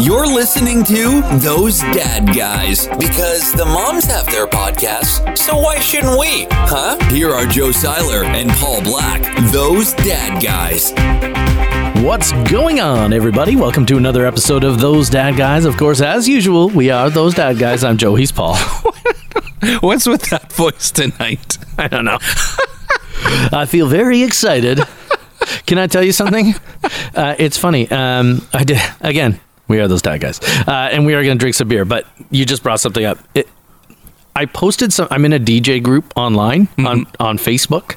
listening to Those Dad Guys because the moms have their podcasts, so why shouldn't we? Huh? Here are Joe Seiler and Paul Black, Those Dad Guys. What's going on, everybody? Welcome to another episode of Those Dad Guys. Of course, as usual, we are Those Dad Guys. I'm Joe. He's Paul. What's with that voice tonight? I don't know. I feel very excited. Can I tell you something? Uh, it's funny. Um, I did again. We are those dad guys, uh, and we are going to drink some beer. But you just brought something up. It, I posted some. I'm in a DJ group online Mm-hmm. on on Facebook,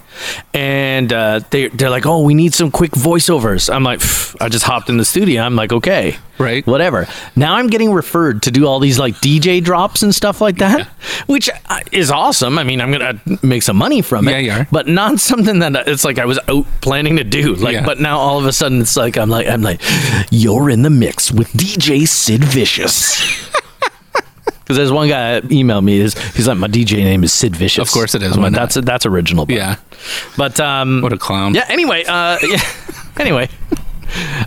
and uh, they they're like, "Oh, we need some quick voiceovers." I'm like, "Pff," I just hopped in the studio. I'm like, "Okay, Right. whatever." Now I'm getting referred to do all these like DJ drops and stuff like that, which uh, is awesome. I mean, I'm gonna make some money from it. Yeah, you are. But not something that it's like I was out planning to do. Like, Yeah. but now all of a sudden it's like I'm like I'm like, "You're in the mix with DJ Sid Vicious." Because there's one guy that emailed me is he's like my DJ name is Sid Vicious. Of course it is, I'm why like, not? that's that's original. But, Yeah. But um, What a clown. yeah. Anyway, uh, yeah. anyway,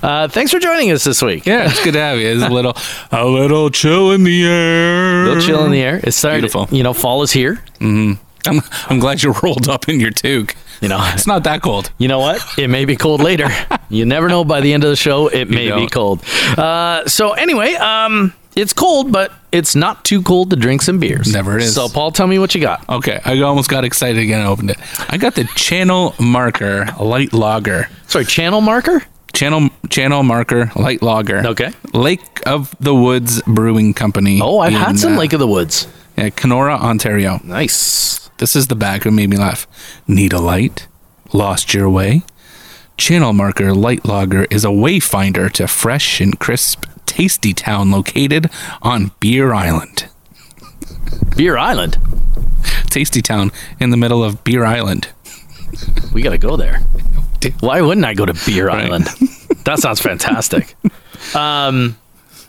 uh, thanks for joining us this week. Yeah, it's good to have you. It's a little, a little chill in the air. Little chill in the air. It's started. Beautiful. You know, fall is here. I'm, I'm glad you're rolled up in your toque. You know, It's not that cold. you know what? It may be cold later. you never know. By the end of the show, it may be don't. cold. Uh, so anyway, um, it's cold, but it's not too cold to drink some beers. Never is. So Paul, tell me what you got. Okay, I almost got excited again. I opened it. I got the channel marker light logger. Sorry, channel marker. Channel channel marker light logger. Okay. Lake of the Woods Brewing Company. Oh, I've in, had some uh, Lake of the Woods. yeah, Kenora, Ontario. Nice. This is the bag that made me laugh. Need a light? Lost your way? Channel Marker Light Logger is a wayfinder to fresh and crisp, tasty town located on Beer Island. Beer Island. Tasty town in the middle of Beer Island. We got to go there. Dude. Why wouldn't I go to Beer Right. Island? That sounds fantastic. um,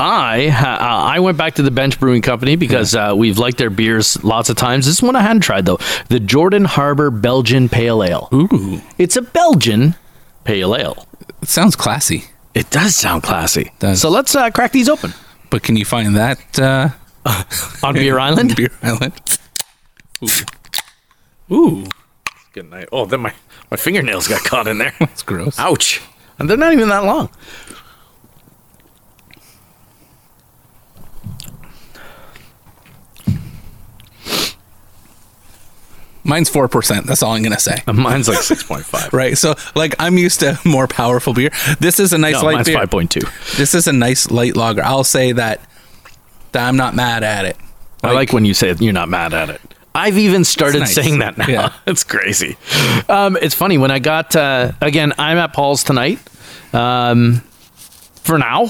I ha- uh, I went back to the Bench Brewing Company because uh, we've liked their beers lots of times. This one I hadn't tried though. The Jordan Harbor Belgian Pale Ale. Ooh, It's a Belgian pale ale. it sounds classy. It does sound classy. Does. So let's uh, crack these open But can you find that uh, on Beer in Island. Beer Island? Ooh. Ooh, Good night. Oh, then my my fingernails got caught in there. that's gross. Ouch. And they're not even that long. Mine's 4%. That's all I'm going to say. Mine's like six point five. Right. So, like, I'm used to more powerful beer. This is a nice No, light mine's beer. five point two. This is a nice light lager. I'll say that that I'm not mad at it. I like when you say it, you're not mad at it. I've even started nice. saying that now. Yeah. it's crazy. Um, it's funny when I got uh, again. I'm at Paul's tonight. Um, for now,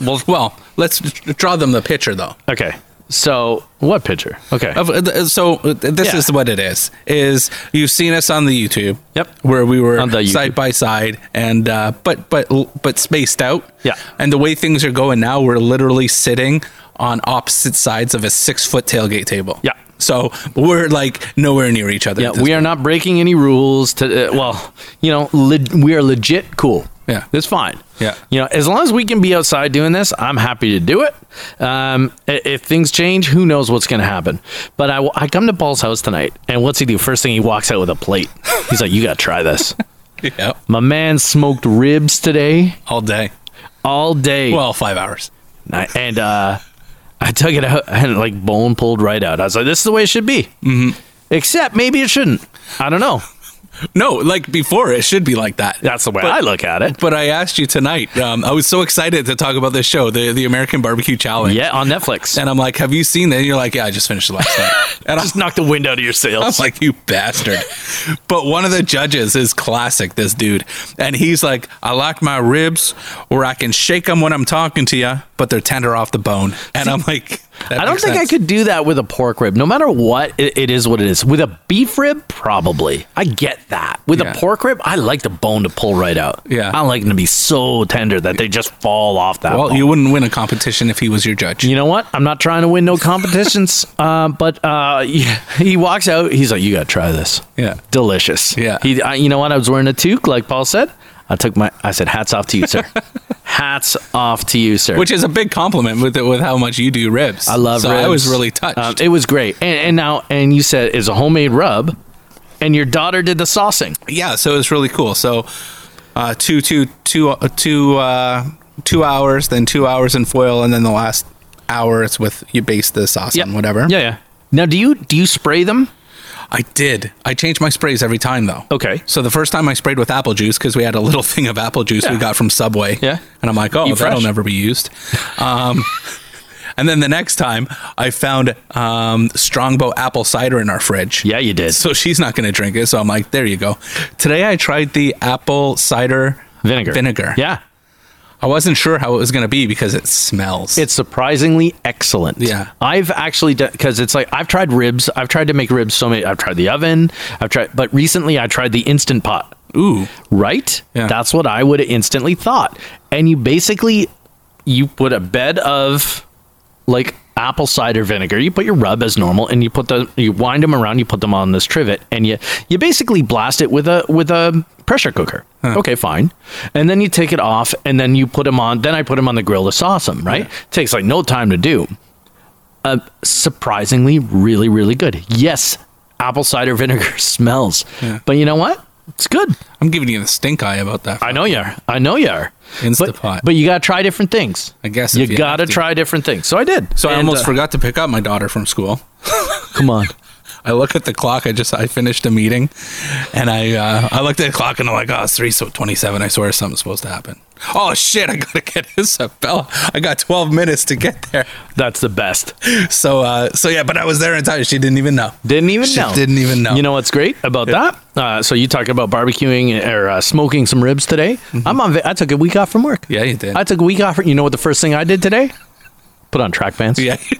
Well, well, let's draw them the picture though. okay. So what picture? Okay. Of- uh, So uh, this Yeah. is what it is: is you've seen us on the YouTube. Yep. Where we were On the YouTube. side by side, and uh, but but but spaced out. Yeah. And the way things are going now, we're literally sitting on opposite sides of a six foot tailgate table. Yeah. So we're like nowhere near each other. yeah, we are not breaking any rules. To uh, well, you know, le- we are legit cool. Yeah. it's fine. Yeah. you know, as long as we can be outside doing this, I'm happy to do it. Um, i- if things change, who knows what's going to happen? But I, w- I come to Paul's house tonight, and what's he do? First thing he walks out with a plate. He's like, "You got to try this." Yeah. My man smoked ribs today All day. all day. Well, five hours. And I- and uh, I took it out and like bone pulled right out. I was like, "This is the way it should be." Mm-hmm. Except maybe it shouldn't. I don't know. No, like before, it should be like that. That's the way But- I look at it. But I asked you tonight. Um, I was so excited to talk about this show, the the American Barbecue Challenge. Yeah, on Netflix. And I'm like, have you seen that? And you're like, yeah, I just finished it last night. And I'm Just knock the wind out of your sails. like, you bastard. But one of the judges is classic, this dude. And he's like, I like my ribs where I can shake them when I'm talking to you, but they're tender off the bone. And I'm like, that I don't makes think I sense. could do that with a pork rib. No matter what, it, it is what it is. With a beef rib, probably. I get that. With Yeah. a pork rib, I like the bone to pull right out. Yeah. I like them to be so tender that they just fall off that. Well, bone. you wouldn't win a competition if he was your judge. You know what? I'm not trying to win no competitions. uh, but uh, he, he walks out. He's like, "You got to try this. Yeah. delicious. Yeah. He, I, you know what? I was wearing a toque, like Paul said. I took my. I said, "Hats off to you, sir. hats off to you, sir. which is a big compliment with with how much you do ribs. I love so ribs. I was really touched. Um, it was great. And, and now, and you said it's a homemade rub, and your daughter did the saucing. yeah, so it was really cool. So uh, two, two, two, uh, two, uh, two hours, then two hours in foil, and then the last hour it's with you base the sauce on whatever. Yeah, yeah. Now, do you do you spray them? I did. I change my sprays every time though. Okay. So the first time I sprayed with apple juice because we had a little thing of apple juice Yeah. we got from Subway. Yeah. And I'm like, oh, You that'll fresh. never be used. Um, and then the next time I found um, Strongbow apple cider in our fridge. Yeah, you did. So she's not going to drink it. So I'm like, there you go. Today I tried the apple cider Vinegar. Vinegar. Yeah. I wasn't sure how it was going to be because it smells. It's surprisingly excellent. Yeah. I've actually done because it's like I've tried ribs. I've tried to make ribs so many. I've tried the oven. I've tried, but recently I tried the instant pot. ooh. right? Yeah. That's what I would have instantly thought. And you basically you put a bed of like apple cider vinegar. You put your rub as normal, and you put the you wind them around. You put them on this trivet, and you you basically blast it with a with a pressure cooker. Okay, fine. And then you take it off, and then you put them on. Then I put them on the grill to sauce them. Right? Takes like no time to do. Uh, surprisingly, really, really good. Yes, apple cider vinegar smells, but you know what? It's good. I'm giving you the stink eye about that. I know you are. I know you are. But, Instapot. but you got to try different things. I guess You, if you got to have to. try different things. So I did. so I And, almost uh, forgot to pick up my daughter from school. Come on. I look at the clock. I just I finished a meeting, and I uh, I looked at the clock and I'm like, oh, it's three so twenty seven. I swear something's supposed to happen. Oh shit! I gotta get Isabella. I got twelve minutes to get there. That's the best. So uh, so yeah, but I was there in time. She didn't even know. Didn't even She know. didn't even know. You know what's great about that? Uh, so you talked about barbecuing or uh, smoking some ribs today. Mm-hmm. I'm on. va- I took a week off from work. Yeah, you did. I took a week off. From, you know what the first thing I did today? Put on track pants. yeah. You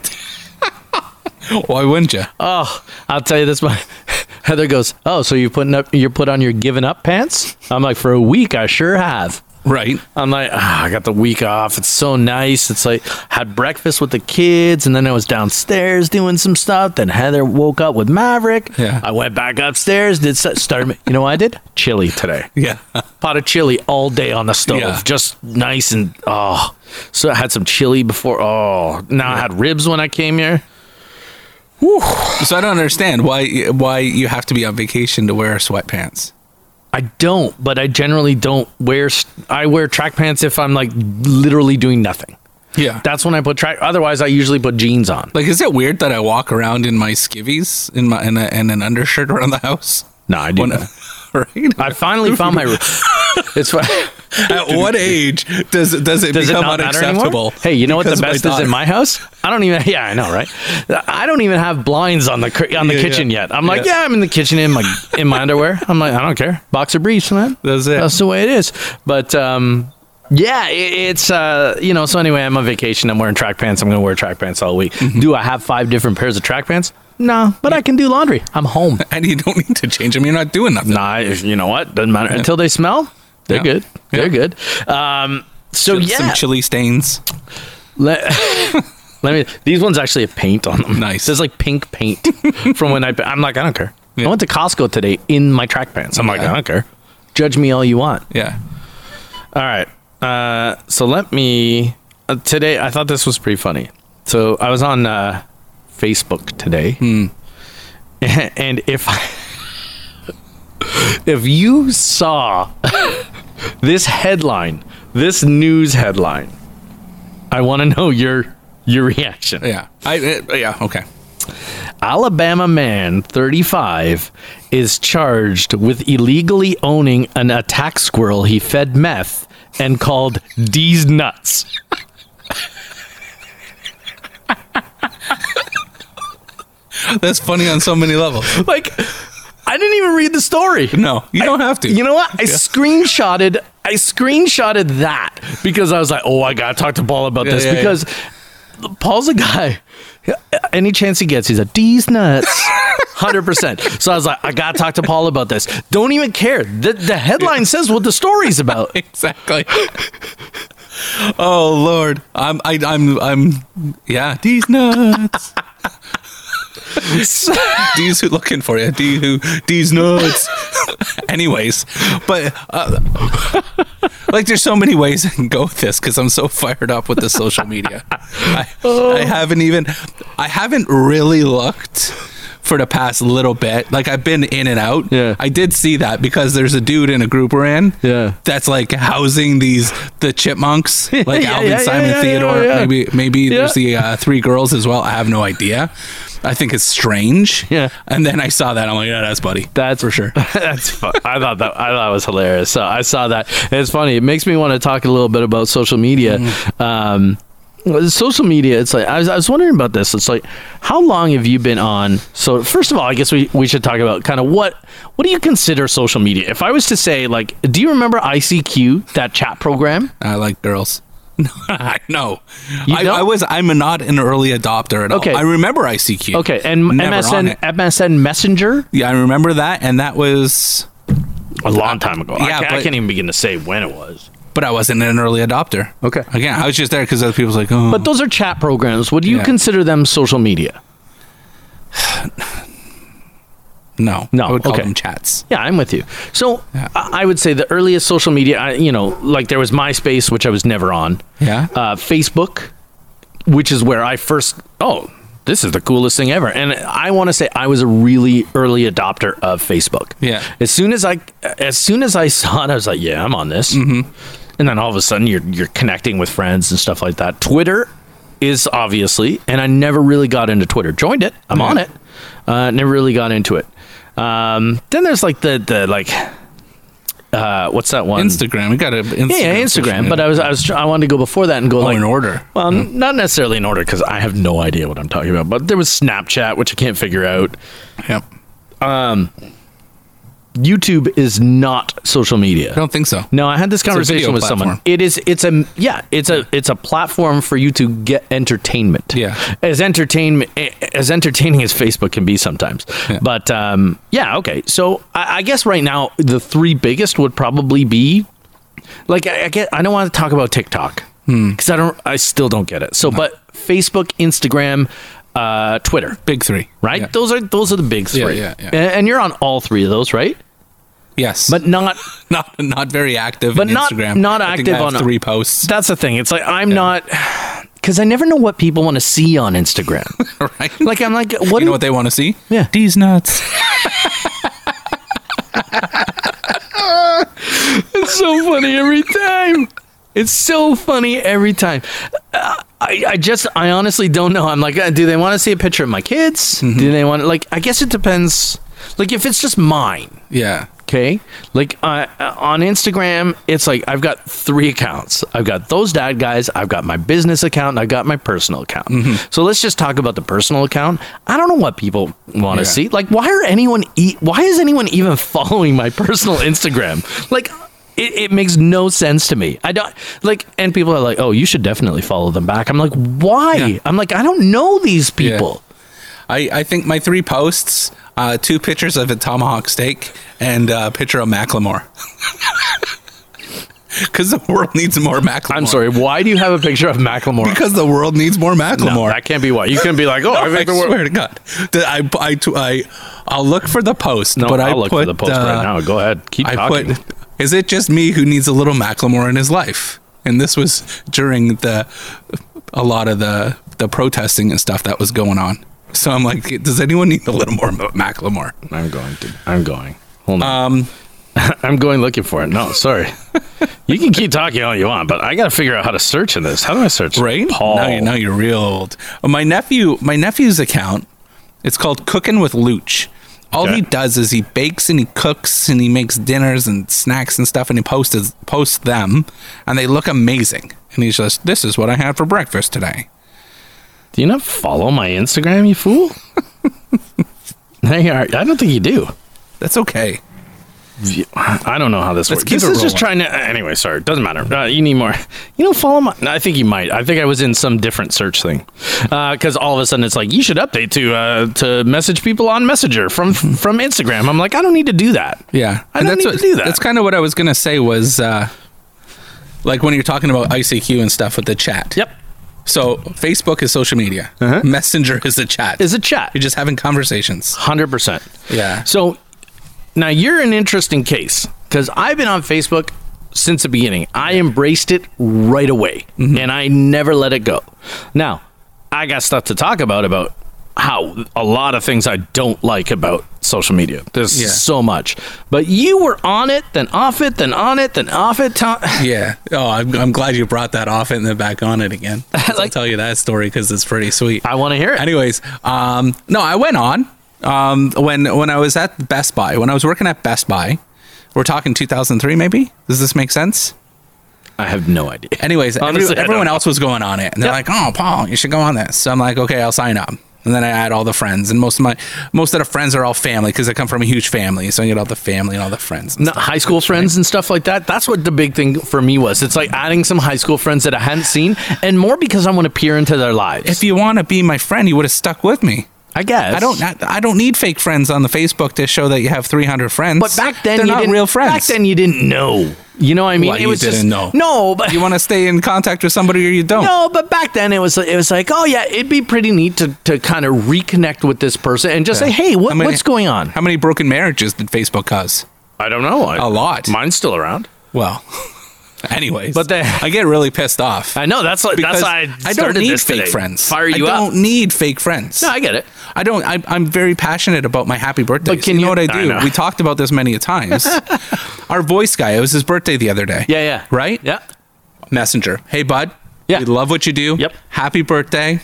did. Why wouldn't you? Oh, I'll tell you this one. Heather goes, "Oh, so you're putting up? You're put on your giving up pants?" I'm like, "For a week, I sure have." right. I'm like, ah, I got the week off. It's so nice. It's like had breakfast with the kids, and then I was downstairs doing some stuff. Then Heather woke up with Maverick. Yeah. I went back upstairs. Did s- started. You know what I did? Chili today. Yeah. Pot of chili all day on the stove. Yeah. Just nice and oh. So I had some chili before. Oh, now I had ribs when I came here. So I don't understand why why you have to be on vacation to wear sweatpants. I don't, but I generally don't wear. s- I wear track pants if I'm like literally doing nothing. Yeah. That's when I put track. Otherwise, I usually put jeans on. like, is it weird that I walk around in my skivvies in my in, a, in an undershirt around the house? No, I do. When- that. right. I finally found my. room. It's fine. At what age does it does it Does it become not matter unacceptable? anymore? Hey, you know what the because of best is daughter? in my house? I don't even. Yeah, I know, right? I don't even have blinds on the cr- on the Yeah, kitchen yeah. yet. I'm like, Yeah. yeah, I'm in the kitchen in my in my underwear. I'm like, I don't care. Boxer briefs, man. That's it. That's the way it is. But um, yeah, it, it's uh, you know. So anyway, I'm on vacation. I'm wearing track pants. I'm gonna wear track pants all week. Do I have five different pairs of track pants? No, but I can do laundry. I'm home. and you don't need to change them. You're not doing nothing. Nah, if- you know what? Doesn't matter until they smell. They're Yeah. good. They're good. Um, so Just yeah, Some chili stains. let, let me. These ones actually have paint on them. Nice. There's like pink paint from when I. I'm like, I don't care. Yeah. I went to Costco today in my track pants. I'm like, Yeah. I don't care. Judge me all you want. Yeah. All right. Uh, so let me. Uh, today, I thought this was pretty funny. So I was on uh, Facebook today, and if I, if you saw this headline, this news headline, I want to know your your reaction. Yeah. I uh, yeah. Okay. Alabama man, 35, is charged with illegally owning an attack squirrel he fed meth and called D's nuts. That's funny on so many levels. Like, I didn't even read the story. No, you don't have to. You know what? I screenshotted. I screenshotted that because I was like, "Oh, I gotta talk to Paul about Yeah, this." yeah, yeah. because Paul's a guy. Any chance he gets, he's a D's nuts. Hundred percent. So I was like, I gotta talk to Paul about this. Don't even care. The, the headline says what the story's about. exactly. oh Lord, I'm I, I'm I'm yeah. These nuts. D's who looking for you. D who D's nuts. Anyways, but uh, Like, there's so many ways I can go with this because I'm so fired up with the social media. I, I haven't even, I haven't really looked for the past little bit. Like, I've been in and out. Yeah. I did see that because there's a dude in a group we're in. Yeah. That's like housing these the chipmunks, like Yeah, Alvin, yeah, yeah, Simon, yeah, Theodore. yeah, yeah. Maybe maybe there's Yeah. the uh, three girls as well. I have no idea. I think it's strange. Yeah. And then I saw that. I'm like, yeah, that's buddy. That's for sure. That's fun. I thought that I thought it was hilarious. So I saw that. And it's funny. It makes me want to talk a little bit about social media. Um, well, social media. It's like I was, I was wondering about this. It's like how long have you been on? So first of all, I guess we, we should talk about kind of what what do you consider social media? If I was to say like, do you remember ICQ that chat program? I like girls. No, I know. You I, don't? I was. I'm not an early adopter at Okay. all. I remember ICQ. Okay, and Never on MSN it. MSN Messenger Yeah, I remember that, and that was. a long time ago. I, Yeah, can't, I but- can't even begin to say when it was. But I wasn't an early adopter. Okay. Again, I was just there because other people's like, oh. But those are chat programs. Would you Yeah. consider them social media? no, No, I would call okay. them chats. Yeah, I'm with you. So I I would say the earliest social media, I, you know, like there was MySpace, which I was never on. Yeah. Uh, Facebook, which is where I first. Oh, this is the coolest thing ever, and I want to say I was a really early adopter of Facebook. Yeah. As soon as I, as soon as I saw it, I was like, yeah, I'm on this. Mm-hmm. And then all of a sudden, you're you're connecting with friends and stuff like that. Twitter is obviously, and I never really got into Twitter. Joined it, I'm on it. Uh, never really got into it. Um, then there's like the the like, uh, what's that one? Instagram. We got a Instagram. Yeah, yeah, Instagram. But I was, I was, tr- I wanted to go before that and go oh, like in order. Hmm. Well, n- not necessarily in order because I have no idea what I'm talking about. But there was Snapchat, which I can't figure out. Yep. YouTube is not social I video. don't think so. No, I had this video conversation with someone. platform. It is, it's a, yeah, it's a, it's a platform for you to get entertainment. Yeah. as entertainment, as entertaining as Facebook can be sometimes. Yeah. But um, yeah, okay. So I, I guess right now the three biggest would probably be like I, I get. I don't want to talk about TikTok Hmm. because I don't. I still don't get it. So, but Facebook, Instagram, uh, Twitter, Big three. right? Yeah. Those are those are the big Yeah, three. yeah, yeah. A- And, you're on all three of those, right? Yes. But not. not not very active. But in not- Instagram. not I think active I have on- three posts. That's the thing. It's like I'm not because I never know what people want to see on Instagram. Right. like I'm like, what? you do- know what they want to see? Yeah. These nuts. so funny every time. It's so funny every time. Uh, I, I just, I honestly don't know. I'm like, uh, do they want to see a picture of my kids? Do they want, like, I guess it depends. Like, if it's just mine, Yeah. okay? Like, uh, uh, on Instagram, it's like I've got three accounts I've got those dad guys, I've got my business account, and I've got my personal account. Mm-hmm. So let's just talk about the personal account. I don't know what people want to Yeah. see. Like, why are anyone, e- why is anyone even following my personal Instagram? Like, it, it makes no sense to me. I don't like, and people are like, "Oh, you should definitely follow them back." I'm like, "Why?" Yeah. I'm like, "I don't know these people." I, I think my three posts, uh, two pictures of a tomahawk steak and a picture of Macklemore. Because the world needs more Macklemore. I'm sorry. Why do you have a picture of Macklemore? Because the world needs more no, Macklemore. that can't be why. You can be like, "Oh, I I think the swear to God. That I, I, I, I'll look for the post. No, but I I'll look for put, the post uh, right now. Go ahead. Keep I talking. put, is it just me who needs a little Macklemore in his life? And this was during the a lot of the the protesting and stuff that was going on. So I'm like, does anyone need a little more Macklemore? I'm going to. I'm going. Hold on. Um, I'm going looking for it. No, sorry. you can keep talking all you want, but I got to figure out how to search in this. How do I search? Right? Paul. Now, you, now you're real old. Uh, My nephew, my nephew's account, it's called Cooking with Luch. All Okay. he does is he bakes and he cooks and he makes dinners and snacks and stuff and he posts his- posts them and they look amazing. And he's just, this is what I had for breakfast today. Do you not follow my Instagram, you fool? hey, I I don't think you do. That's okay. I don't know how this works. keep This it is just trying rolling. to. uh, Anyway, sorry. Doesn't matter. Uh, you need more. You don't follow my. no, I think you might. I think I was in some different search thing, because all of a sudden it's like you should update to uh, to message people on Messenger from from Instagram. I'm like, I don't need to do that. Yeah, I don't And that's need what, to do that. That's kind of what I was gonna say was uh, like when you're talking about ICQ and stuff with the chat. Yep, Uh-huh. So Facebook is social media. Messenger is the chat. is a chat. you're just having conversations. Hundred percent. Yeah. So now you're an interesting case because I've been on Facebook since the beginning. I embraced it right away, Mm-hmm. and I never let it go. Now, I got stuff to talk about about how a lot of things I don't like about social media. There's Yeah. so much, but you were on it, then off it, then on it, then off it. Tom- Yeah. Oh, I'm, I'm glad you brought that off and then back on it again. 'Cause I'll Like- tell you that story because it's pretty sweet. I want to hear it. Anyways, um, no, I went on um, when when I was at Best Buy. When I was working at Best Buy, we're talking 2003, maybe. Does this make sense? I have no idea. Anyways, every- Honestly, I don't everyone know. else was going on it, and they're Yep. like, "Oh, Paul, you should go on this." So I'm like, "Okay, I'll sign up." And then I add all the friends, and most of my most of the friends are all family because I come from a huge family, so I get all the family and all the friends. and No, high school friends and stuff like that. That's what the big thing for me was. It's like adding some high school friends that I hadn't seen, and more because I want to peer into their lives. If you want to be my friend, you would have stuck with me. I guess I don't. I, I don't need fake friends on the Facebook to show that you have 300 friends. But back then, they're you not didn't, real friends. Back then, you didn't know. You know what I mean? Well, you didn't know. No, but you want to stay in contact with somebody or you don't. no, but back then it was it was like, oh yeah, it'd be pretty neat to, to kind of reconnect with this person and just say, hey, what, How many- what's going on? How many broken marriages did Facebook cause? I don't know. I, A lot. Mine's still around. Well, anyways, But they- I get really pissed off. I know. That's like that's because why I, don't started need this fake today. friends. Fire you I up. don't need fake friends. no, I get it. I don't. I, I'm very passionate about my happy birthdays. But can you know you- what I I do? know. we talked about this many a times. Our voice guy. It was his birthday the other day. Yeah, yeah. Right. Yeah. Messenger. Hey, bud. Yeah. We love what you do. Yep. Happy birthday.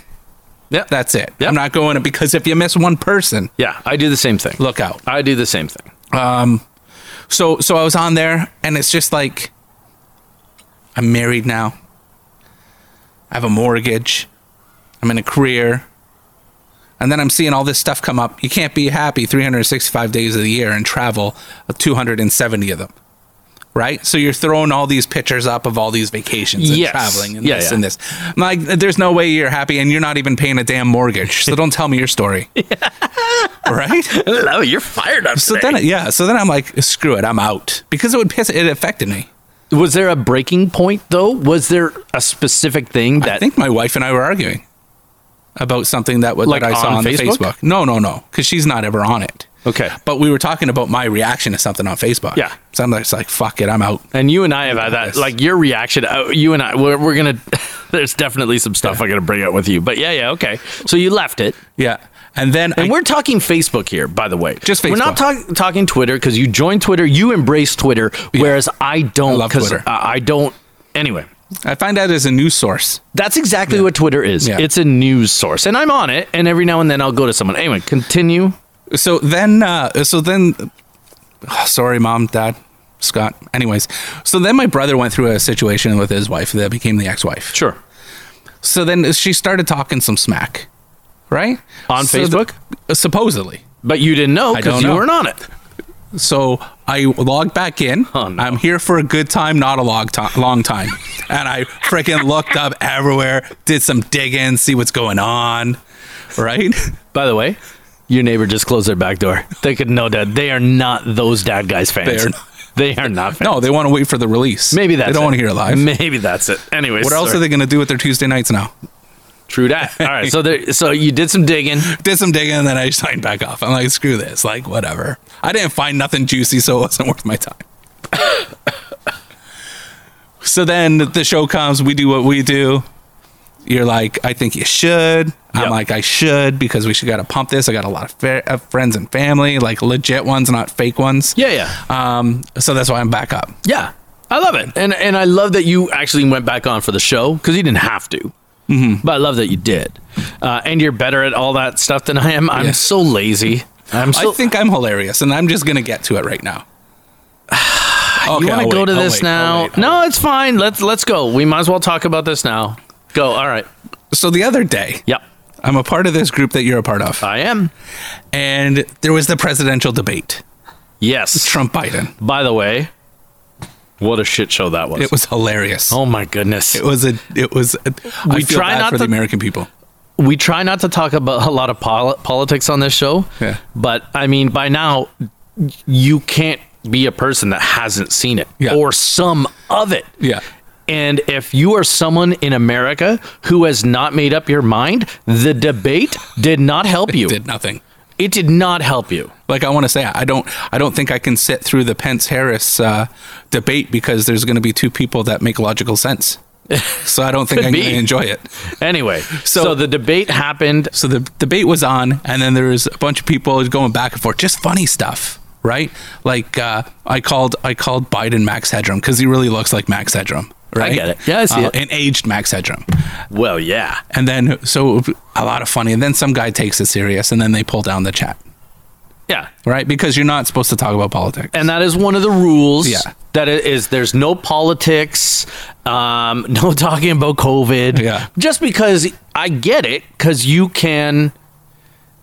Yeah. That's it. Yep. I'm not going to because if you miss one person, yeah. I do the same thing. look out. I do the same thing. Um, So so I was on there and it's just like I'm married now. I have a mortgage. I'm in a career. And then I'm seeing all this stuff come up. You can't be happy 365 days of the year and travel 270 of them. Right? So you're throwing all these pictures up of all these vacations and Yes. traveling and Yeah, this yeah. and this. I'm like, there's no way you're happy and you're not even paying a damn mortgage. So don't tell me your story. right? Hello, you're fired up. So then, yeah. So then I'm like, screw it, I'm out because it would piss. It affected me. was there a breaking point though? Was there a specific thing that I think my wife and I were arguing about something that, would, Like that I saw on on, the Facebook? Facebook. No, no, no, because she's not ever on it. Okay. But we were talking about my reaction to something on Facebook. Yeah. So I'm just like, fuck it, I'm out. And you and I have had that, Yes. like your reaction. Uh, you and I, we're, we're gonna. There's definitely some stuff I'm gonna bring up with you, but yeah, yeah, okay. So you left it, Yeah. And then and I, we're talking Facebook here, by the way. Just We're not talk, talking Twitter because you joined Twitter, you embrace Twitter, whereas I don't love because Twitter. I, I don't. Anyway, I find out as a news source. that's exactly what Twitter is. Yeah. It's a news source, and I'm on it. And every now and then I'll go to someone. Anyway, continue. so then uh so then oh, sorry mom dad scott anyways so then my brother went through a situation with his wife that became the ex-wife Sure. so then she started talking some smack right On So th- Facebook? supposedly But you didn't know I because don't you know. weren't on it. so i log back in Oh, no. i'm here for a good time not a long time long time and i freaking looked up everywhere did some digging see what's going on right By the way, your neighbor just closed their back door. They could know that they are not those dad guys fans. They are They are not fans. no they want to wait for the release Maybe that's they don't it. want to hear it live Maybe that's it. Anyways, what else sorry. are they going to do with their tuesday nights now True that. All right. So there. So you did some digging. did some digging and then I signed back off. I'm like, screw this, like whatever. I didn't find nothing juicy, so it wasn't worth my time. so then the show comes, we do what we do. You're like, I think you should. Yep. I'm like, I should because we should got to pump this. I got a lot of fa- uh, friends and family, like legit ones, not fake ones. Yeah. Yeah. Um, so that's why I'm back up. Yeah. I love it, and and I love that you actually went back on for the show because you didn't have to. Mm-hmm. But I love that you did, uh, and you're better at all that stuff than I am. I'm Yeah. so lazy. I'm so. I think I'm hilarious, and I'm just gonna get to it right now. Okay, you want I'll to go wait, to I'll this wait, I'll now? wait, I'll no, it's fine. Let's let's go. We might as well talk about this now. Go. All right. wait. So the other day, Yep. I'm a part of this group that you're a part of. I am. and there was the presidential debate Yes. Trump Biden. By the way, what a shit show that was. It was hilarious. oh my goodness. It was a. It was. A, I We feel try bad not for the to- American people. we try not to talk about a lot of pol- politics on this show. Yeah. But I mean, by now, you can't be a person that hasn't seen it Yeah. or some of it. Yeah. And if you are someone in America who has not made up your mind, the debate did not help you. Did nothing. It did not help you. Like I want to say, I don't, I don't think I can sit through the Pence Harris uh, debate because there's going to be two people that make logical sense. So I don't think Could I'm going be. to enjoy it. Anyway, so, So- the debate happened. So the debate was on, and then there was a bunch of people going back and forth, just funny stuff, right? Like uh, I called, I called Biden Max Hedrum because he really looks like Max Hedrum, right? Uh, get it. Yeah, I see it. An aged Max Hedrum. Well, yeah. And then, so a lot of funny. And then some guy takes it serious, and then they pull down the chat, Yeah. right? Because you're not supposed to talk about politics. And that is one of the rules. Yeah. That it is there's no politics, um, no talking about COVID. Yeah. Just because I get it, because you can,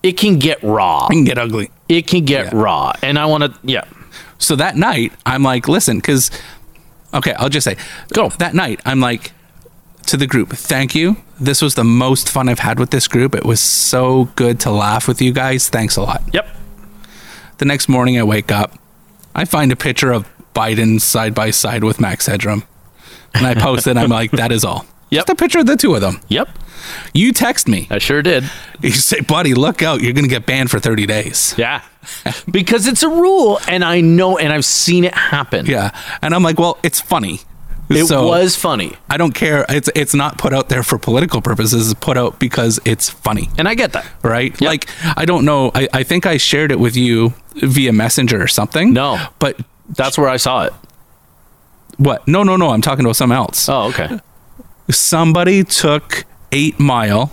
it can get raw. it can get ugly. It can get Yeah. raw. And I want to, yeah. So that night, I'm like, listen, because, okay, I'll just say, Go. That night, I'm like, to the group, thank you. This was the most fun I've had with this group. It was so good to laugh with you guys. Thanks a lot. Yep. The next morning, I wake up, I find a picture of Biden side by side with Max Hedrum, and I post it. I'm like, that is all. Yep. Just a picture of the two of them. Yep. You text me. I sure did. You say, buddy, look out. You're going to get banned for 30 days. Yeah. because it's a rule. And I know, and I've seen it happen. Yeah. And I'm like, well, it's funny. It So- was funny. I don't care. It's it's not put out there for political purposes. It's put out because it's funny, And I get that. right? Like I don't know. I, I think I shared it with you via Messenger or something. No. but That's where I saw it. what? No, no, no. I'm talking about something else. Oh, okay. Somebody took Eight Mile,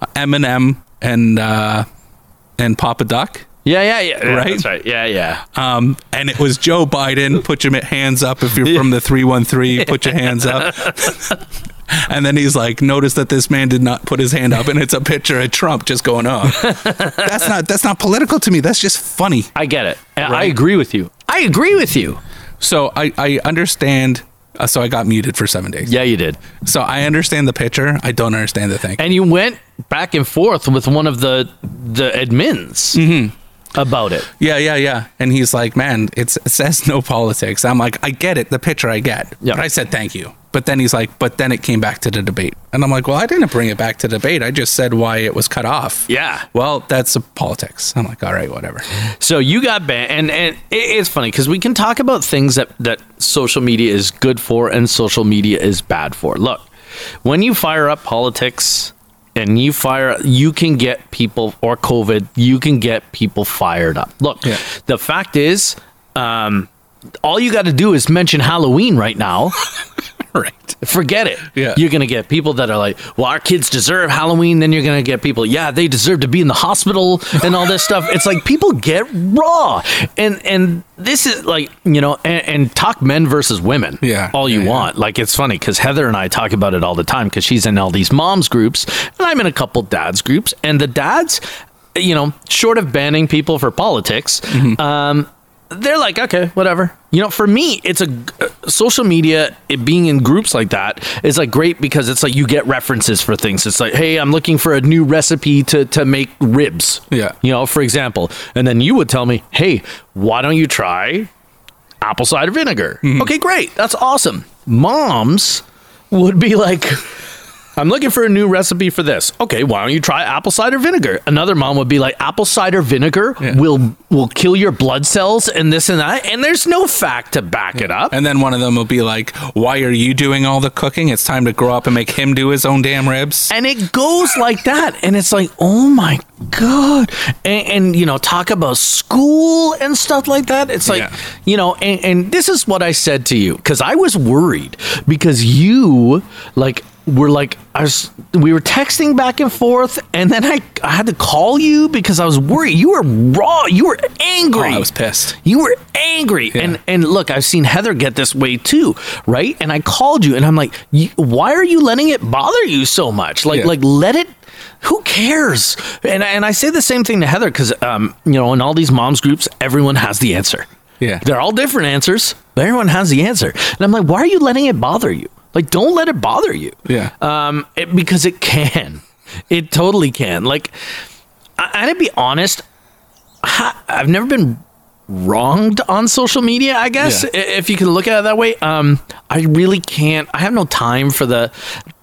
uh, Eminem, and uh, and Papa Duck. Yeah, yeah, yeah. yeah, Right? That's right. Yeah, yeah. Um, and it was Joe Biden. Put your hands up if you're from the 313. Put your hands up. and then he's like, notice that this man did not put his hand up, and it's a picture of Trump just going up. that's not that's not political to me. That's just funny. I get it. And I Right? agree with you. I agree with you. So I I understand. Uh, so I got muted for seven days. Yeah, you did. So I understand the picture. I don't understand the thing. And you went back and forth with one of the the admins about it. Yeah, yeah, yeah. And he's like, man, it's, it says no politics. I'm like, I get it. The picture I get. Yeah. But I said, thank you. But then he's like, but then it came back to the debate. And I'm like, well, I didn't bring it back to debate. I just said why it was cut off. Yeah. Well, that's a politics. I'm like, all right, whatever. So you got banned, and and it, it's funny because we can talk about things that that social media is good for and social media is bad for. Look, when you fire up politics and you fire, you can get people or COVID, you can get people fired up. Look, Yeah. the fact is, um, all you got to do is mention Halloween right now. right. Forget it. Yeah. You're going to get people that are like, well, our kids deserve Halloween. Then you're going to get people, yeah, they deserve to be in the hospital and all this stuff. It's like people get raw. And and this is like, you know, and, and talk men versus women Yeah. all you Yeah, yeah. want. Like, it's funny because Heather and I talk about it all the time because she's in all these moms groups and I'm in a couple dads groups. And the dads, you know, short of banning people for politics, Mm-hmm. um, they're like, okay, whatever. You know, for me, it's a uh, social media. It being in groups like that is like great because it's like you get references for things. It's like, hey, I'm looking for a new recipe to to make ribs. Yeah. you know, for example, and then you would tell me, hey, why don't you try apple cider vinegar? Okay, great, that's awesome. Moms would be like. I'm looking for a new recipe for this. Okay, why don't you try apple cider vinegar? Another mom would be like, apple cider vinegar Yeah. will will kill your blood cells and this and that, and there's no fact to back it up. And then one of them will be like, why are you doing all the cooking? It's time to grow up and make him do his own damn ribs. And it goes like that, and it's like, oh my god, and, and you know, talk about school and stuff like that. It's like, Yeah. you know, and, and this is what I said to you because I was worried because you like were like I was we were texting back and forth, and then I I had to call you because I was worried. You were raw. You were Oh, angry. I was pissed. You were angry, and and look, I've seen Heather get this way too, right? And I called you, and I'm like, "You- why are you letting it bother you so much? Like, Yeah. like let it. Who cares? And and I say the same thing to Heather because um, you know, in all these moms groups, everyone has the answer. Yeah. they're all different answers, but everyone has the answer. And I'm like, why are you letting it bother you? Like, don't let it bother you. Yeah. Um, it, because it can, it totally can. Like, I, and to be honest, ha, I've never been wronged on social media. I guess Yeah. i- if you can look at it that way. Um, I really can't. I have no time for the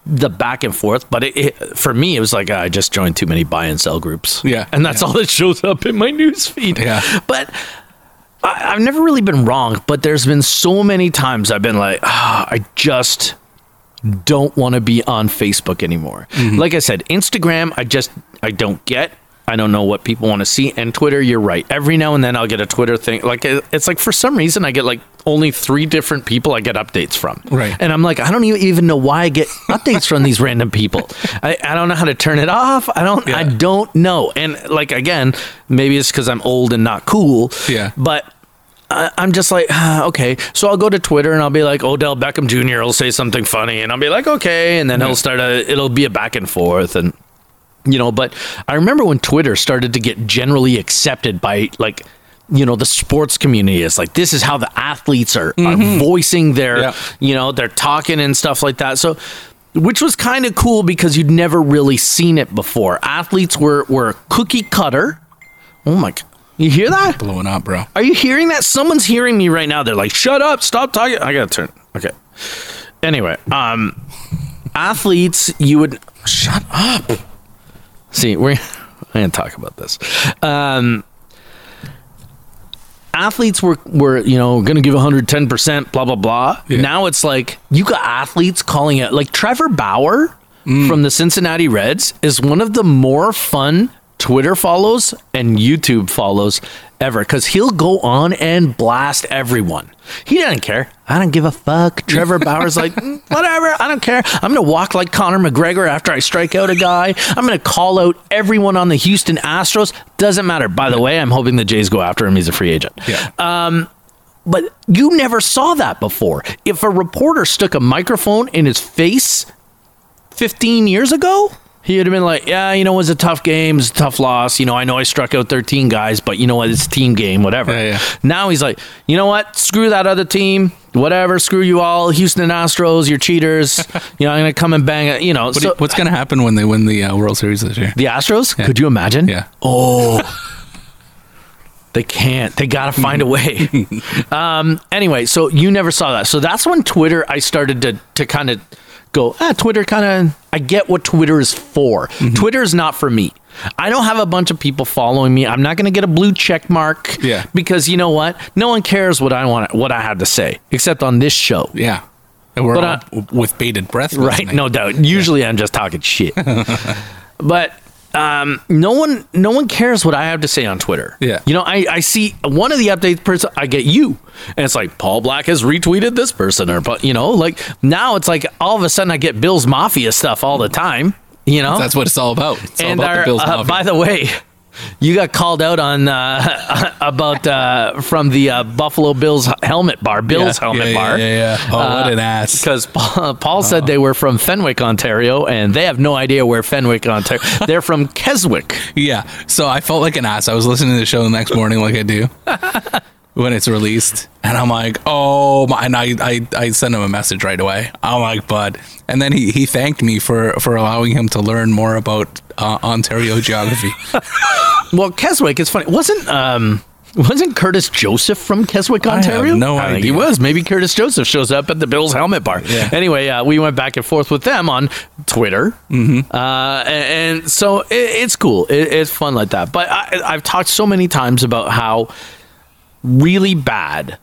the back and forth, but it, it for me it was like "Ah, I just joined too many buy and sell groups. Yeah, and that's yeah. all that shows up in my newsfeed. Yeah. but I, I've never really been wrong. But there's been so many times I've been like, ah, I just don't want to be on Facebook anymore. Mm-hmm. Like I said, Instagram, I just I don't get. I don't know what people want to see. And Twitter, you're right. Every now and then I'll get a Twitter thing. Like it- it's like for some reason I get like only three different people I get updates from. Right. And I'm like, I don't e- even know why I get updates from these random people. I, I don't know how to turn it off. I don't I Yeah. don't know. And like again, maybe it's because I'm old and not cool. Yeah. But I, I'm just like, ah, okay. So I'll go to Twitter and I'll be like, Odell Beckham Jr. will say something funny, and I'll be like, okay, and then he'll start a, it'll be a back and forth, and you know. But I remember when Twitter started to get generally accepted by like. You know the sports community is like this is how the athletes are, are voicing their Mm-hmm. Yeah. you know they're talking and stuff like that. So, which was kind of cool because you'd never really seen it before. Athletes were were cookie cutter. Oh my! g- You hear that? blowing up, bro. Are you hearing that? Someone's hearing me right now. They're like, "Shut up! Stop talking!" I gotta turn. Okay. Anyway, um, athletes, you would shut up. See, we're I didn't talk about this. Um, athletes were were you know going to give 110 percent, blah blah blah. Yeah. Now it's like you got athletes calling it like Trevor Bauer from the Cincinnati Reds is one of the more fun Twitter follows and YouTube follows ever because he'll go on and blast everyone. He doesn't care. I don't give a fuck. Trevor Bauer's like, "Mm, whatever. I don't care. I'm going to walk like Conor McGregor after I strike out a guy. I'm going to call out everyone on the Houston Astros. Doesn't matter. By the way, I'm hoping the Jays go after him. He's a free agent. Yeah, But you never saw that before. If a reporter stuck a microphone in his face 15 years ago, he would have been like, Yeah, you know, it was a tough game, it was a tough loss. You know, I know I struck out 13 guys, but you know what? It's a team game, whatever. Yeah, yeah. Now he's like, You know what? Screw that other team, whatever. Screw you all, Houston Astros, you're cheaters. you know, I'm going to come and bang it. You know, What do so, you- what's gonna happen when they win the uh, World Series this year? the Astros, could you imagine? Yeah. Oh. they can't. They got to find a way. um, anyway, so you never saw that. So that's when Twitter, I started to, to kind of go, ah, Twitter kind of, I get what Twitter is for. Twitter is not for me. I don't have a bunch of people following me. I'm not going to get a blue check mark. Yeah. Because you know what? No one cares what I want, what I had to say, except on this show. Yeah, and we're But, all uh, w- with bated breath. Right, listening. no doubt. Usually I'm just talking shit. but um, no one no one cares what I have to say on Twitter. Yeah. You know, I, I see one of the updates person I get you. And it's like Paul Black has retweeted this person or but you know, like now it's like all of a sudden I get Bill's Mafia stuff all the time. You know? that's what it's all about. It's all and about our, the Bills. uh, Mafia. by the way, you got called out on uh, about uh, from the uh, Buffalo Bills helmet bar, Bills yeah, helmet yeah, bar Yeah, yeah, yeah. Oh, Uh, what an ass. because Paul, Paul said they were from Fenwick, Ontario, and they have no idea where Fenwick, Ontario. They're from Keswick. Yeah. So I felt like an ass. I was listening to the show the next morning, like I do when it's released, and I'm like, oh my! And I, I, I sent him a message right away. I'm like, bud. And then he, he thanked me for for allowing him to learn more about uh, Ontario geography. Well, Keswick is funny. Wasn't um wasn't Curtis Joseph from Keswick, have Ontario? no I think idea. He was. Maybe Curtis Joseph shows up at the Bills helmet bar. Yeah. Anyway, uh, we went back and forth with them on Twitter, mm-hmm. uh, and, and so it, it's cool. It, it's fun like that. But I, I've talked so many times about how really bad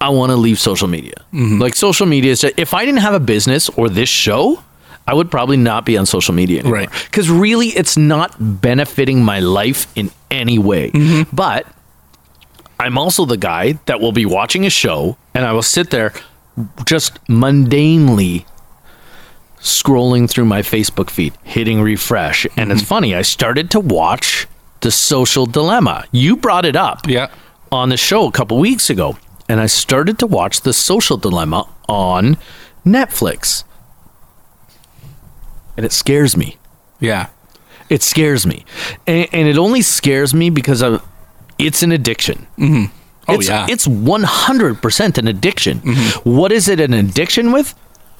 I want to leave social media. Mm-hmm. Like social media is. If I didn't have a business or this show, I would probably not be on social media anymore. Right. Because really, it's not benefiting my life in any way. Mm-hmm. But I'm also the guy that will be watching a show and I will sit there just mundanely scrolling through my Facebook feed, hitting refresh. And Mm-hmm. it's funny, I started to watch The Social Dilemma. You brought it up yeah. on the show a couple weeks ago, and I started to watch The Social Dilemma on Netflix. And it scares me. Yeah. It scares me. And, and it only scares me because of, it's an addiction. Oh it's, yeah. Mm-hmm. It's 100% an addiction. What is it an addiction with?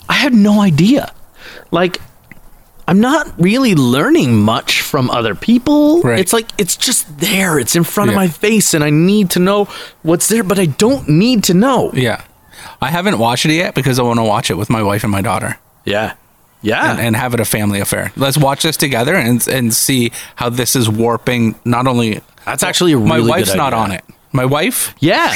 I have no idea. Like, I'm not really learning much from other people. Right. It's like, it's just there. It's in front of Yeah. my face, and I need to know what's there, but I don't need to know. yeah. I haven't watched it yet because I want to watch it with my wife and my daughter. Yeah. Yeah. and, and have it a family affair. Let's watch this together and and see how this is warping. Not only That's actually a my really good wife's not idea. on it. My wife, Yeah.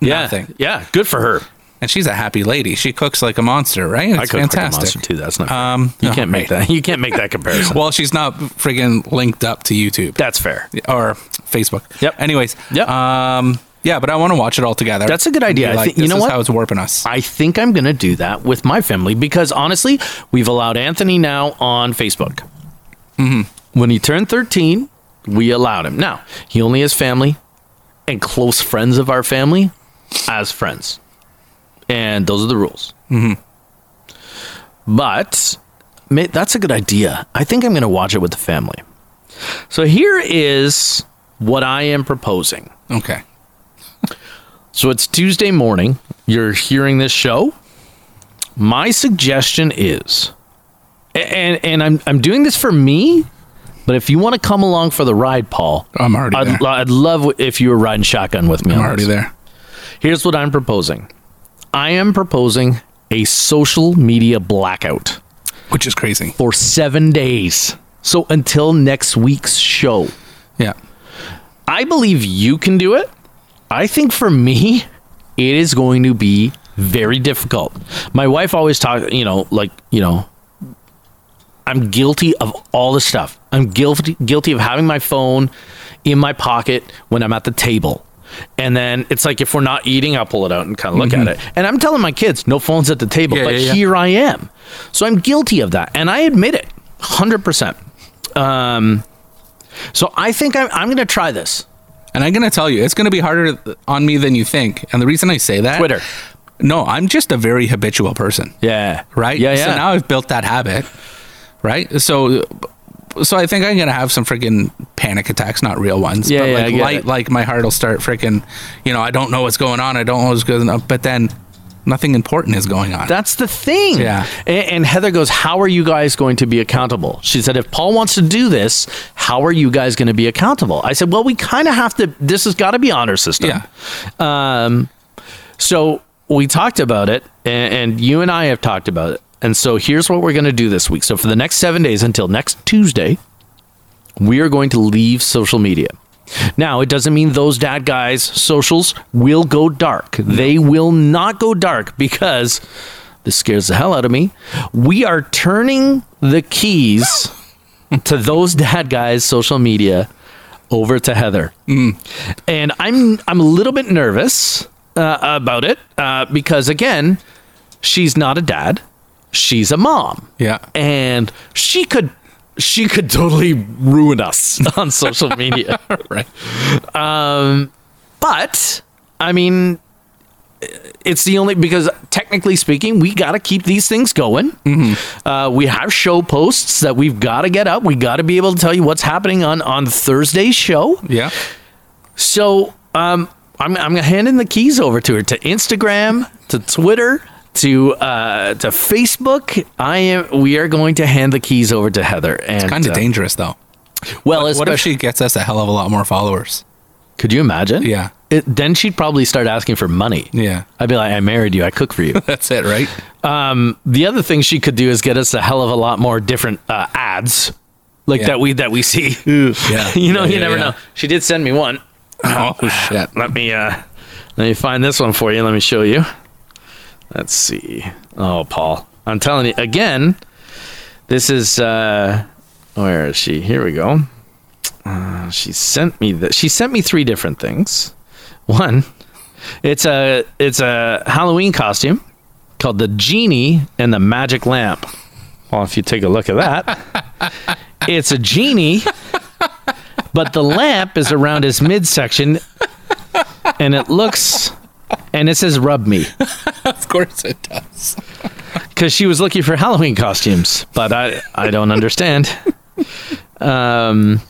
yeah. Nothing. Yeah. Good for her. and she's a happy lady. She cooks like a monster, right? It's I could cook a monster too. That's not. Um, you no, can't make right. that. You can't make that comparison. Well, she's not friggin' linked up to YouTube that's fair. or Facebook. Yep. Anyways. Yep. Um. Yeah, but I want to watch it all together. That's a good idea. Be I Like, think- you this know is what? How it's warping us. I think I'm going to do that with my family because honestly, we've allowed Anthony now on Facebook. When he turned 13, we allowed him. Now, he only has family and close friends of our family as friends. And those are the rules. Mm-hmm. But ma- that's a good idea. I think I'm going to watch it with the family. So here is what I am proposing. Okay. So it's Tuesday morning. You're hearing this show. My suggestion is, a- and and I'm I'm doing this for me, but if you want to come along for the ride, Paul, I'm already there. I'd, lo- I'd love if you were riding shotgun with me. I'm on already this. there. Here's what I'm proposing. I am proposing a social media blackout Which is crazy. for seven days. So until next week's show. Yeah. I believe you can do it. I think for me, it is going to be very difficult. My wife always talks, you know, like, you know, I'm guilty of all this stuff. I'm guilty guilty of having my phone in my pocket when I'm at the table. And then it's like if we're not eating, I'll pull it out and kind of look at it. And I'm telling my kids, no phones at the table, Mm-hmm. Yeah, but yeah, yeah. here I am. So I'm guilty of that. And I admit it 100%. Um, so I think I'm, I'm going to try this. And I'm gonna tell you, it's gonna be harder on me than you think. And the reason I say that, Twitter. No, I'm just a very habitual person. Yeah. Right. Yeah. Yeah. So now I've built that habit. Right. So, so I think I'm gonna have some freaking panic attacks, not real ones. Yeah, But yeah, I like get light, it. like my heart will start freaking. You know, I don't know what's going on. I don't know what's going on. But then, nothing important is going on. That's the thing. Yeah. A- And, Heather goes, How are you guys going to be accountable? She said, If Paul wants to do this, how are you guys going to be accountable? I said, Well, we kind of have to, this has got to be honor system. yeah. So we talked about it, and, and you and I have talked about it. And so here's what we're going to do this week. So for the next seven days until next Tuesday, we are going to leave social media. Now, it doesn't mean those dad guys' socials will go dark. They will not go dark because this scares the hell out of me. We are turning the keys to those dad guys' social media over to Heather and I'm I'm a little bit nervous uh, about it uh, because again, she's not a dad, she's a mom, Yeah. and she could she could totally ruin us on social media, Um, Right. but I mean. It's the only because technically speaking, we got to keep these things going. Mm-hmm. Uh, we have show posts that we've got to get up. We got to be able to tell you what's happening on on Thursday's show. Yeah. So um, I'm I'm handing the keys over to her to Instagram, to Twitter, to uh, to Facebook. I am. We are going to hand the keys over to Heather. And Kind of uh, dangerous though. Well, What if especially she gets us a hell of a lot more followers? could you imagine? Yeah. It, then she'd probably start asking for money. Yeah. I'd be like, I married you. I cook for you. That's it, right? the other thing she could do is get us a hell of a lot more different uh, ads, like Yeah. that we that we see. Yeah. you know, Yeah, you yeah, never yeah. know. She did send me one. Oh shit. Let me uh let me find this one for you. Let me show you. Let's see. Oh, Paul. I'm telling you again, this is uh where is she? Here we go. Uh, she sent me the she sent me three different things. One, it's a it's a Halloween costume called the genie and the magic lamp. Well, if you take a look at that, it's a genie, but the lamp is around his midsection, and it looks, and it says "rub me" Of course it does. because she was looking for Halloween costumes, but I I don't understand. Um,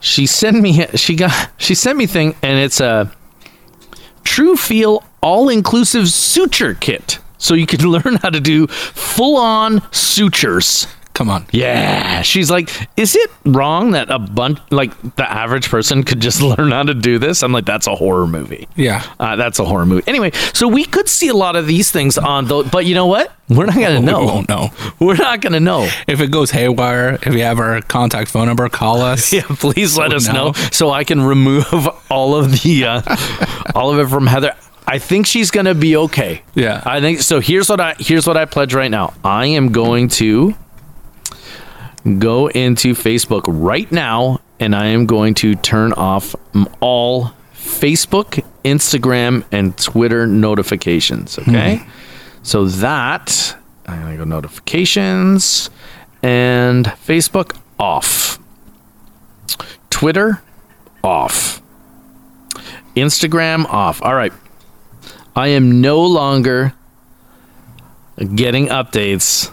she sent me she got she sent me thing, and it's a True Feel all inclusive suture kit, so you can learn how to do full on sutures. Come on. Yeah, she's like, is it wrong that a bunch like the average person could just learn how to do this? I'm like, that's a horror movie. Yeah. Uh, that's a horror movie. Anyway, so we could see a lot of these things on the, but you know what? We're not gonna We know. won't know. We're not gonna know. If it goes haywire, if you have our contact phone number, call us. Yeah, please let So us now- know so I can remove all of the uh, all of it from Heather. I think she's gonna be okay. Yeah. I think so. Here's what I here's what I pledge right now. I am going to go into Facebook right now, and I am going to turn off m- all Facebook, Instagram, and Twitter notifications. Okay, so that I'm gonna go notifications and Facebook off, Twitter off, Instagram off. All right. I am no longer getting updates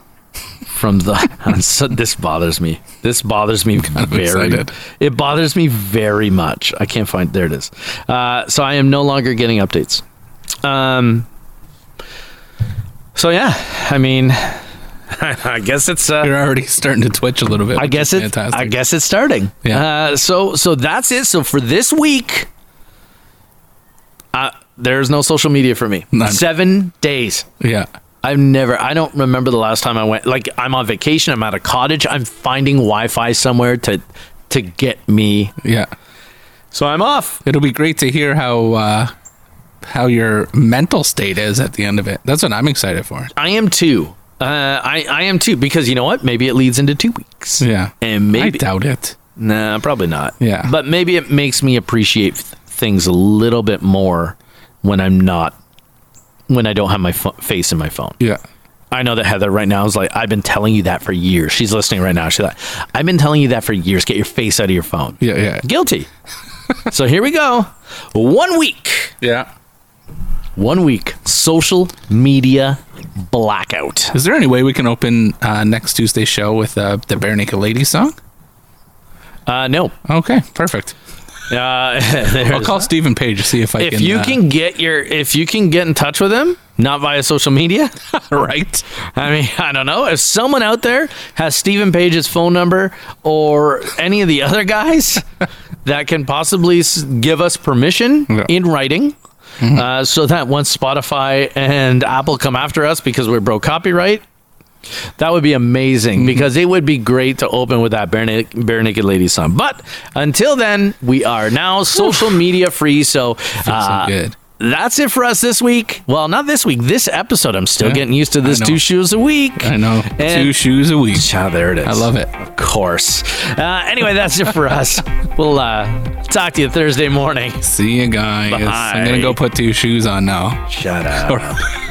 from the. I'm so- this bothers me. This bothers me very. excited. It bothers me very much. I can't find. There it is. Uh, so I am no longer getting updates. Um. So yeah, I mean, I guess it's. Uh, You're already starting to twitch a little bit. I which guess is it. fantastic. I guess it's starting. Yeah. Uh, so so that's it. So for this week, uh, there's no social media for me. None. Seven days. Yeah. I've never. I don't remember the last time I went. Like I'm on vacation. I'm at a cottage. I'm finding Wi-Fi somewhere to to get me. Yeah. So I'm off. It'll be great to hear how uh, how your mental state is at the end of it. That's what I'm excited for. I am too. Uh, I I am too because you know what? Maybe it leads into two weeks. Yeah. And maybe I doubt it. Nah, probably not. Yeah. But maybe it makes me appreciate th- things a little bit more when I'm not, when I don't have my pho- face in my phone. Yeah. I know that Heather right now is like, I've been telling you that for years. She's listening right now. She's like, I've been telling you that for years. Get your face out of your phone. Yeah. Yeah. Guilty. so here we go. One week. Yeah. One week. Social media blackout. Is there any way we can open uh, next Tuesday's show with uh, the Bare Naked Lady song? Uh, no. Okay, perfect. Uh, I'll call Stephen Page to see if I if can. you uh, can get your if you can get in touch with him not via social media right? i mean i don't know if someone out there has stephen page's phone number or any of the other guys that can possibly s- give us permission Yeah. Mm-hmm. in writing uh, so that once spotify and apple come after us because we broke copyright that would be amazing Mm-hmm. because it would be great to open with that bare, na- bare naked lady song. But until then, we are now social media free. So uh, good. that's it for us this week. Well, not this week. This episode, I'm still Yeah, getting used to this I know. two shoes a week. I know. And- Two shoes a week. Ah, there it is. I love it. Of course. Uh, anyway, that's it for us. We'll uh, talk to you Thursday morning. See you guys. I'm gonna Bye. go put two shoes on now. Shut up. Or-